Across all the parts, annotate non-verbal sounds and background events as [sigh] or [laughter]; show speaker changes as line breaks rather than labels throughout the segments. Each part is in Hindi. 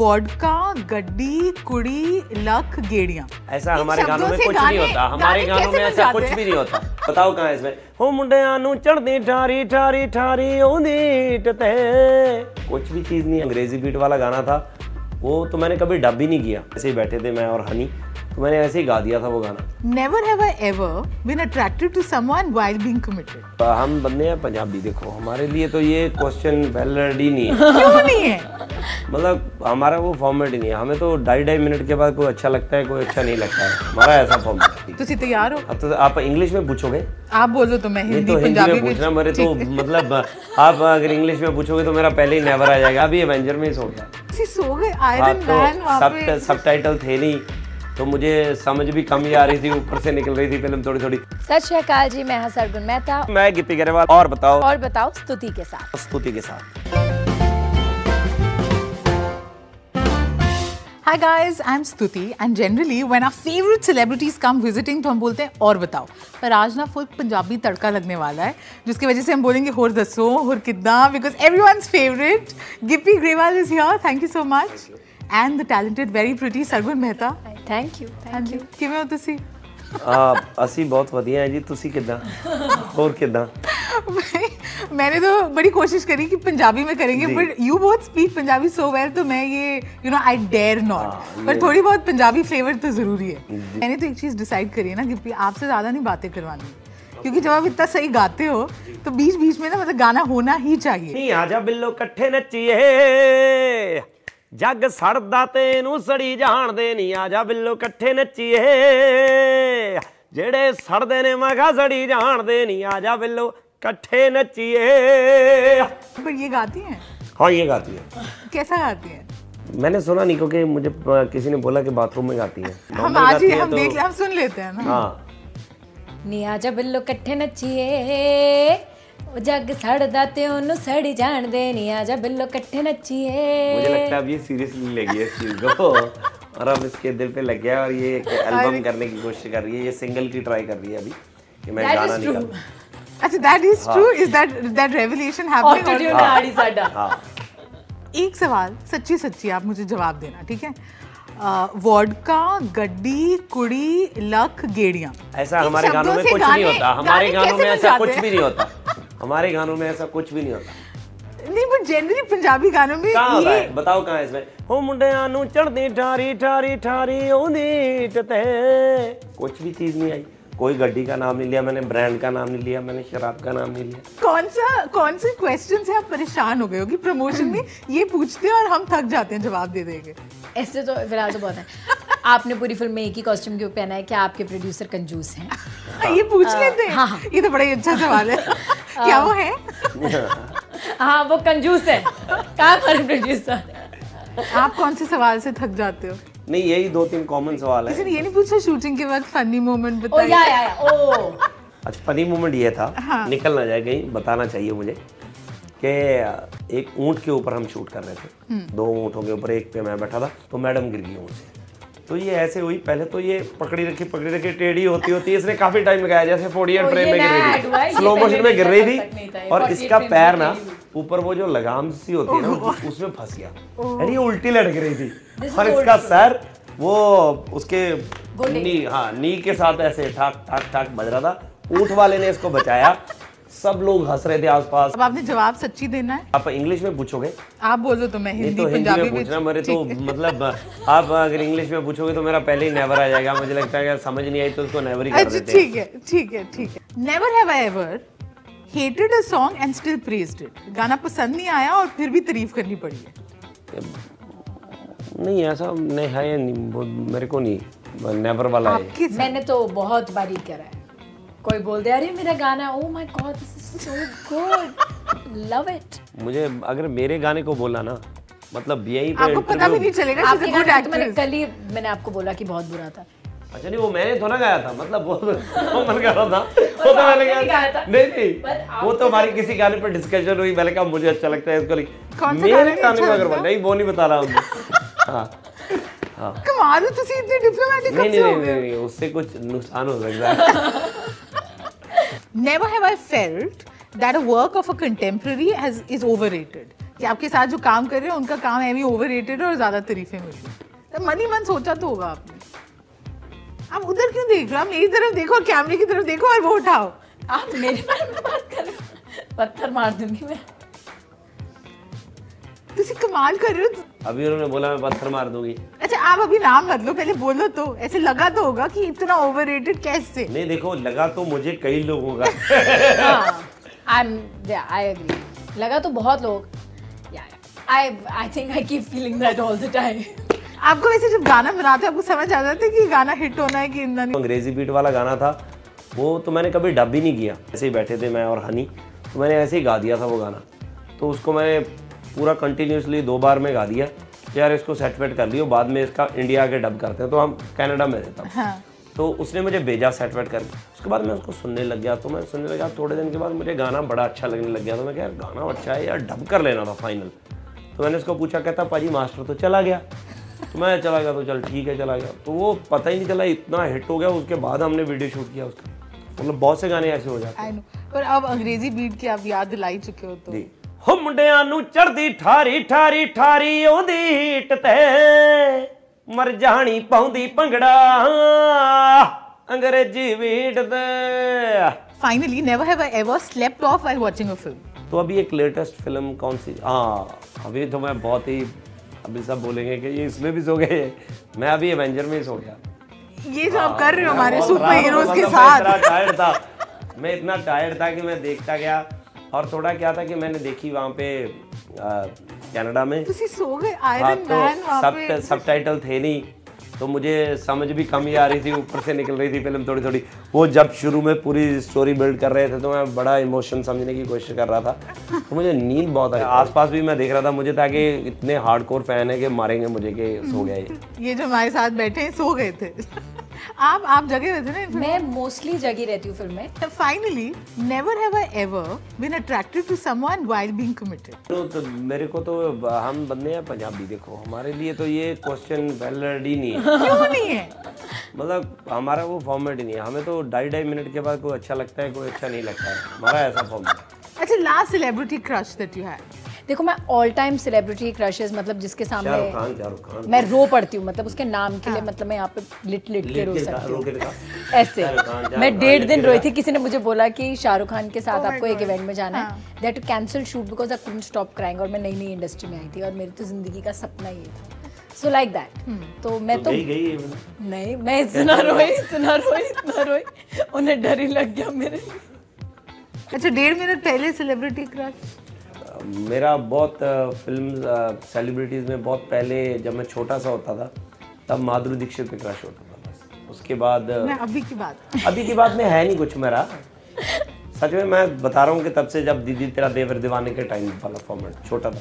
वोडका गड्डी कुड़ी लक गेड़िया
ऐसा हमारे
शब्दों
गानों में
से
कुछ नहीं
गाने-
होता हमारे
गाने
गानों
कैसे
में
बन
ऐसा
जाते
कुछ
हैं?
भी नहीं होता बताओ कहाँ है इसमें हो मुंडिया नु चढ़दी ठारी ठारी ठारी ओंदी टते कुछ भी चीज नहीं अंग्रेजी बीट वाला गाना था वो तो मैंने कभी डब ही नहीं किया ऐसे ही बैठे थे मैं और हनी तो मैंने ऐसे ही गा दिया था वो गाना
never have I ever been attracted to someone while being committed
पर हम बंदे हैं पंजाबी देखो हमारे लिए तो ये क्वेश्चन वैलिड ही नहीं है
[laughs] क्यों नहीं है
मतलब हमारा वो फॉर्मेट ही नहीं है हमें तो ढाई ढाई मिनट के बाद कोई अच्छा लगता है कोई अच्छा नहीं लगता है हमारा ऐसा फॉर्मेट
तुसी तैयार हो
अब तो आप इंग्लिश में पूछोगे
आप बोलो तो मैं
नहीं
हिंदी
तो हिंदी
पंजाबी
में
भी
पूछना मेरे तो मतलब आप अगर इंग्लिश में पूछोगे तो मेरा पहले ही नेवर आ जाएगा अभी एवेंजर में ही सो गया
तुसी सो गए
आप
आयरन मैन
तो
वहां पे
सब सब टाइटल थे नहीं तो मुझे समझ भी कम ही आ रही थी ऊपर से निकल रही थी फिल्म थोड़ी थोड़ी
सत श्रीकाल जी मैं हूं सरगुन मेहता
मैं गिप्पी गरेवाल और बताओ
और बताओ स्तुति के साथ
स्तुति के साथ
Hi guys, I'm Stuti, and generally when our favorite celebrities come visiting तो हम बोलते हैं और बताओ पर आज ना फुल पंजाबी तड़का लगने वाला है जिसकी वजह से हम बोलेंगे होर दसो होर किदा because every one favourite Gippy Grewal is here thank you so much and the talented very pretty Sargun Mehta
thank you thank you
ਕਿਵੇਂ ਹੋ ਤੁਸੀਂ
आप ਅਸੀਂ ਬਹੁਤ ਵਧੀਆ ਹੈ ਜੀ ਤੁਸੀਂ ਕਿਦਾਂ ਹੋਰ ਕਿਦਾਂ
[laughs] मैंने तो बड़ी कोशिश करी कि पंजाबी में करेंगे
जी।
But you both speak Punjabi so well तो मैं ये यू नो आई डेयर
हाँ,
नॉट
ये-
पर थोड़ी बहुत पंजाबी फ्लेवर तो ज़रूरी है मैंने तो एक चीज़ डिसाइड करी है ना कि आपसे ज़्यादा नहीं बातें करवानी क्योंकि जब आप इतना सही गाते हो तो बीच बीच में ना मतलब गाना होना ही चाहिए
ਨੀ ਆ ਜਾ ਬਿੱਲੋ ਇਕੱਠੇ ਨੱਚੀਏ ਜੱਗ ਸੜਦਾ ਤੇ ਇਹਨੂੰ ਸੜੀ ਜਾਣਦੇ ਨਹੀਂ ਆ ਜਾ ਬਿੱਲੋ ਇਕੱਠੇ ਨੱਚੀਏ ਜਿਹੜੇ ਸੜਦੇ ਨੇ ਮਗਾ ਸੜੀ ਜਾਣਦੇ ਨਹੀਂ ਆ ਜਾ ਬਿੱਲੋ ਇਕੱਠੇ ਨੱਚੀਏ
पर ये गाती हैं
हाँ ये गाती है
कैसा गाती हैं
मैंने सुना नहीं क्योंकि मुझे अ, किसी ने बोला कि बाथरूम में गाती है
हम
Normal
आज ही
गाती है
हम
तो-
देख हम सुन लेते हैं ना
हाँ
ਨੀ ਆ ਜਾ ਬਿੱਲੋ ਇਕੱਠੇ ਨੱਚੀਏ ਉਹ ਜੱਗ ਸੜਦਾ ਤੇ ਉਹਨੂੰ ਸੜੀ ਜਾਣਦੇ ਨੀ ਆ ਜਾ ਬਿੱਲੋ ਇਕੱਠੇ ਨੱਚੀਏ
मुझे लगता है अब ये सीरियसली लेगी इस चीज को और अब इसके दिल पे लग गया है और ये एक एल्बम करने की कोशिश कर रही है ये सिंगल की ट्राई कर रही है अभी कि मैं
That
गाना
is
निकाल
true.
अच्छा दैट इज
हाँ।
True is that that revelation
auto
happening
tune ਆੜੀ ਸਾਡਾ
हाँ
एक सवाल सच्ची सच्ची आप मुझे जवाब देना ठीक है वॉडका गड्डी कुड़ी लक गेड़िया
ऐसा हमारे गानों
शब्दों
में
से
कुछ नहीं
गाने-
होता हमारे
गाने
गानों में
कैसे बन
ऐसा
जाते
कुछ
हैं?
भी नहीं होता हमारे गानों में ऐसा कुछ भी नहीं होता
नहीं बट जनरली पंजाबी गानों में
कहाँ होता है
ये
बताओ कहाँ है इसमें हो मुंडिया नु चढ़दी ठारी ठारी ठारी ओंदी टते कुछ भी चीज नहीं आई कोई गड्डी का नाम नहीं लिया मैंने ब्रांड का नाम नहीं लिया मैंने शराब का नाम नहीं लिया [laughs]
कौन सा कौन से क्वेश्चन से आप परेशान हो गए हो कि प्रमोशन में ये पूछते हैं और हम थक जाते हैं जवाब दे देंगे
[laughs] ऐसे तो फिलहाल तो बहुत है आपने पूरी फिल्म में एक ही कॉस्ट्यूम क्यों पहना है क्या आपके प्रोड्यूसर कंजूस हैं
हाँ, ये
हाँ।
पूछ लेते हैं ये तो बड़ा ही अच्छा सवाल है क्या वो है
हाँ वो कंजूस है कहाँ पर प्रोड्यूसर
आप कौन से सवाल से थक जाते हो
नहीं यही दो तीन कॉमन सवाल है
किसी ने ये नहीं पूछा शूटिंग के वक्त फनी मोमेंट
ओ या
बताइए
या या, ओ
अच्छा फनी मोमेंट ये था
हाँ।
निकल ना जाए कहीं बताना चाहिए मुझे कि एक ऊंट के ऊपर हम शूट कर रहे थे
हम्म।
दो ऊँटों के ऊपर एक पे मैं बैठा था तो मैडम गिर गई ऊँट से तो ये ऐसे हुई पहले तो ये पकड़ी रखी पकड़ी रखी टेढ़ी होती होती इसने काफी टाइम लगाया जैसे फोर्टी एट
ओ,
फ्रेम
ये
में गिर रही
नया ad हुआ है,
थी
ये
स्लो मोशन
पहले
में गिर
मेरे
रही
तक नहीं था,
थी
ये
और
48
इसका
frame
पैर
में
ना
गिरी
ऊपर वो जो लगाम सी होती है ना उस- उसमें फंस गया यानी ये उल्टी लटक रही थी और इसका सर वो उसके
गोले।
नी हाँ नी के साथ ऐसे ठाक ठाक ठाक बज रहा था ऊंट वाले ने इसको बचाया सब लोग हंस रहे थे आसपास
अब आपने जवाब सच्ची देना है
आप इंग्लिश में पूछोगे
आप बोलो तो मैं
नहीं
हिंदी
तो हिंदी
पंजाबी
में
भी
पूछना मेरे तो मतलब आप अगर इंग्लिश में पूछोगे तो मेरा पहले ही नेवर आ जाएगा मुझे लगता है अगर समझ नहीं आई तो उसको नेवर ही कर
अच्छा
देते हैं
ठीक है ठीक है ठीक है never have I ever hated a song and still praised it गाना पसंद नहीं आया और फिर भी तारीफ करनी पड़ी है
नहीं ऐसा नहीं है नहीं वो मेरे को नहीं नेवर वाला है
आपके साथ-
मैंने तो बहुत बारी करा है कोई बोल दे अरे मेरा गाना oh oh my God this is so good love it
मुझे अगर मेरे गाने को बोला ना मतलब यही पे
आपको पता भी
interview-
नहीं चलेगा she's
आपके
a good
गाने तो मैंने
actress.
कल ही मैंने आपको बोला कि बहुत बुरा था
अच्छा नहीं वो मैंने थोड़ा गाया था मतलब वो वो मन कर रहा था वो तो मैंने
आपने
गाया
गाया था।
नहीं नहीं
पर
वो तो हमारी किसी गाने पर डिस्कशन हुई मैंने कहा मुझे अच्छा लगता है इसको लिख
कौन सा गाना
मेरे
नहीं
गाने
अच्छा
में अगर
लगता?
नहीं वो नहीं बता
[laughs]
रहा हूँ हाँ
कमाल हो तुसी इतने डिप्लोमेटिक कब
नहीं नहीं
से अच्छा हो
नहीं
गए
नहीं उससे कुछ नुकसान हो सकता है
never have I felt that a work of a contemporary has is overrated कि आपके साथ जो काम कर रहे हैं उनका काम है भी ओवररेटेड और ज्यादा तारीफें मिल रही हैं। तो मन ही मन सोचा तो होगा आपने आप उधर क्यों देख रहे हो आप मेरी तरफ देखो और कैमरे की तरफ देखो और वो उठाओ
आप मेरे बारे में बात कर रहे हो पत्थर मार दूंगी
[laughs]
मैं
तुसी कमाल कर रहे हो तो-
अभी उन्होंने बोला मैं पत्थर मार दूंगी
अच्छा आप अभी नाम मत लो पहले बोलो तो ऐसे लगा तो होगा कि इतना ओवररेटेड कैसे
नहीं देखो लगा तो मुझे कई लोगों का
हाँ, आई आई एग्री लगा तो बहुत लोग I I think I keep feeling that all the time
आपको वैसे जब गाना बनाते हो आपको समझ आ जाता है कि गाना हिट होना है कि इतना नहीं
अंग्रेजी बीट वाला गाना था वो तो मैंने कभी डब ही नहीं किया ऐसे ही बैठे थे मैं और हनी तो मैंने ऐसे ही गा दिया था वो गाना तो उसको मैंने पूरा कंटिन्यूसली दो बार में गा दिया कि यार इसको सेट वेट कर लियो बाद में इसका इंडिया के डब करते हैं तो हम कनाडा में रहता हूँ
हाँ
तो उसने मुझे भेजा सेट वेट करके उसके बाद मैं उसको सुनने लग गया तो मैं सुनने लगा थोड़े दिन के बाद मुझे गाना बड़ा अच्छा लगने लग गया तो मैं कहा यार गाना अच्छा है यार डब कर लेना था फाइनल तो मैंने उसको पूछा कहता पाजी मास्टर तो चला गया तो मैं चला गया तो चल ठीक है चला गया तो वो पता ही नहीं चला इतना हिट हो गया उसके बाद हमने वीडियो शूट किया उसका मतलब बहुत से गाने ऐसे हो जाते
आई नो पर अब अंग्रेजी बीट की आप याद दिलाई चुके हो तो
ਜੀ ਹੋ ਮੁੰਡਿਆਂ ਨੂੰ ਚੜਦੀ ਠਾਰੀ ਠਾਰੀ ਠਾਰੀ ਆਉਂਦੀ ਹੀਟ ਤੇ ਮਰ ਜਾਣੀ ਪਾਉਂਦੀ ਭੰਗੜਾ ਅੰਗਰੇਜ਼ੀ ਵੀਟ ਤੇ
finally never have I ever slept off I watching a film
तो अभी एक लेटेस्ट फिल्म कौन सी हाँ अभी तो मैं बहुत ही अभी सब बोलेंगे कि ये इसमें भी सो गए मैं अभी एवेंजर में ही सो गया
ये जो आप कर रहे हो हमारे
मैं हाँ, बहुत
सुपर हीरोज के साथ
रात को मतलब मैं इतना tired था मैं इतना टायर्ड था कि मैं देखता गया और थोड़ा क्या था कि मैंने देखी वहाँ पे आ, कनाडा में
तुसी सो गए
हाँ
आयरन
तो
मैन वहां पे
सब सब टाइटल थे नहीं तो मुझे समझ भी कम ही आ रही थी ऊपर से निकल रही थी फिल्म थोड़ी थोड़ी वो जब शुरू में पूरी स्टोरी बिल्ड कर रहे थे तो मैं बड़ा इमोशन समझने की कोशिश कर रहा था तो मुझे नींद बहुत आई आसपास भी मैं देख रहा था मुझे था कि इतने हार्डकोर फैन है कि मारेंगे मुझे कि सो गए ये।
ये जो हमारे साथ बैठे हैं सो गए थे आप आप जगे हुए थे ना इनफैक्ट
[laughs] मैं मोस्टली जगी रहती हूँ फिल्म में
finally never have I ever been attracted to someone while being committed
तो, तो मेरे को तो हम बंदे हैं पंजाबी देखो हमारे लिए तो ये क्वेश्चन वैलिड ही नहीं है
क्यों नहीं है
मतलब हमारा वो फॉर्मेट ही नहीं है हमें तो ढाई ढाई मिनट के बाद कोई अच्छा लगता है कोई अच्छा नहीं लगता है हमारा ऐसा फॉर्मेट है
अच्छा last celebrity crush that you had
देखो मैं ऑल टाइम सेलिब्रिटी क्रशेस मतलब जिसके
शाहरुख
सामने
खान शाहरुख खान
मैं रो पड़ती हूँ मतलब उसके नाम
हाँ।
के लिए मतलब मैं यहाँ पे लिट लिट के
लेट
रो
के दिखा,
सकती
रो
हूँ
के दिखा।
ऐसे
शाहरुख खान, शाहरुख
मैं
खान,
डेढ़
लेट
दिन
के
रोई
दिखा।
थी किसी ने मुझे बोला कि शाहरुख खान के साथ
Oh my
आपको एक
God. हाँ।
इवेंट में जाना है that cancel shoot because I couldn't stop crying और मैं नई नई इंडस्ट्री में आई थी और मेरी तो जिंदगी का सपना ही ये था सो लाइक
Hmm.
दैट तो मैं
तो
तो
गई गई ये बंदी।
नहीं मैं इतना रोई इतना रोई इतना रोई उन्हें डर ही लग गया मेरे लिए
अच्छा डेढ़ मिनट पहले सेलिब्रिटी क्रश
अ, मेरा बहुत फिल्म सेलिब्रिटीज में बहुत पहले जब मैं छोटा सा होता था तब माधुरी दीक्षित पे क्रश होता था बस उसके बाद अ,
मैं अभी की बात
अभी की बात में है नहीं कुछ मेरा सच में मैं बता रहा हूँ कि तब से जब दीदी तेरा देवर दीवाने के टाइम वाला फॉर्मेट छोटा था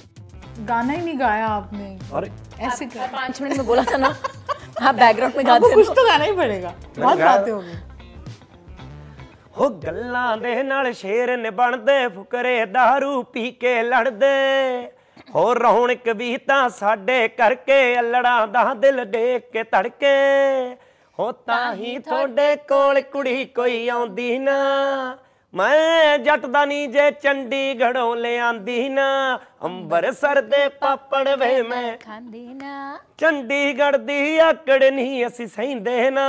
गाना ही नहीं गाया आपने
और
ऐसे कर
मैं पाँच मिनट में बोला था ना हाँ बैकग्राउंड में गाते
आपको
हैं
कुछ तो गाना ही पड़ेगा बहुत
गाया।
बातें हो गई
ਹੋ ਗੱਲਾਂ ਦੇ ਨਾਲ ਸ਼ੇਰ ਨੇ ਬਣਦੇ ਫੁਕਰੇ दारू ਪੀ ਕੇ ਲੜਦੇ ਹੋ ਰੌਣਕ ਵੀ ਤਾਂ ਸਾਡੇ ਕਰਕੇ ਅਲੜਾਂ ਦਾ ਦਿਲ ਦੇਖ ਕੇ ਧੜਕੇ ਹੋ ਤਾਂ ਹੀ ਤੁਹਾਡੇ ਕੋਲ ਕੁੜੀ ਕੋਈ ਆਉਂਦੀ ਨਾ ਮੈਂ ਜੱਟ ਦਾ ਨੀ ਜੇ ਚੰਡੀਗੜ੍ਹੋਂ ਲਿਆਂਦੀ ਨਾ ਅੰਬਰਸਰ ਦੇ ਪਾਪੜ ਵੇ ਮੈਂ
खांदी ना
ਚੰਡੀਗੜ੍ਹ ਦੀ ਆਕੜ ਨਹੀਂ ਅਸੀਂ ਸਹਿੰਦੇ ਨਾ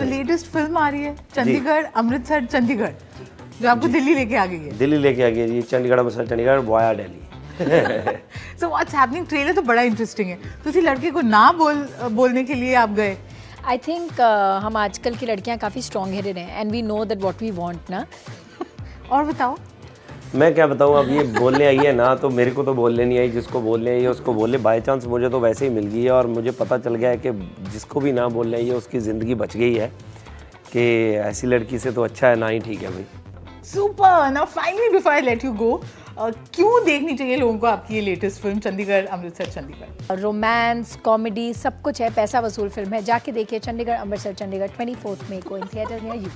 तो लेटेस्ट फिल्म आ रही है चंडीगढ़ अमृतसर चंडीगढ़ जो आपको दिल्ली लेके आ गई है
दिल्ली लेके आ गया जी चंडीगढ़ मसला Chandigarh via Delhi
so what's happening trailer तो बड़ा इंटरेस्टिंग है तो इसी लड़के को ना बोल बोलने के लिए आप गए
आई थिंक uh, हम आजकल की लड़कियां काफ़ी स्ट्रॉन्ग हेडेड हैं and we know that what we want ना
और बताओ
[laughs] मैं क्या बताऊं अब ये बोलने आई है ना तो मेरे को तो बोलने नहीं आई जिसको बोलने आई है उसको बोले बाय चांस मुझे तो वैसे ही मिल गई है और मुझे पता चल गया है कि जिसको भी ना बोलने आई है उसकी ज़िंदगी बच गई है कि ऐसी लड़की से तो अच्छा है ना ही ठीक है भाई
super now finally before I let you go uh, uh, क्यों देखनी चाहिए लोगों को आपकी ये latest film Chandigarh Amritsar Chandigarh
romance comedy सब कुछ है पैसा वसूल फिल्म है जाके देखिए चंडीगढ़ अमृतसर चंडीगढ़ ट्वेंटी फोर्थ मई को in theatre near you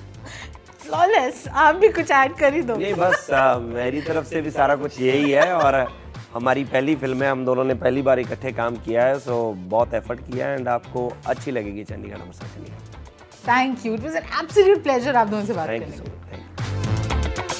flawless आप भी कुछ ऐड कर ही दो
नहीं बस आ, मेरी तरफ से भी सारा कुछ यही है और हमारी पहली फिल्म है हम दोनों ने पहली बार इकट्ठे काम किया है सो बहुत एफर्ट किया है एंड आपको अच्छी लगेगी Chandigarh Amritsar Chandigarh
thank you it was an absolute pleasure आप दोनों से बात
थैंक यू
करने
सो
का
मच थैंक यू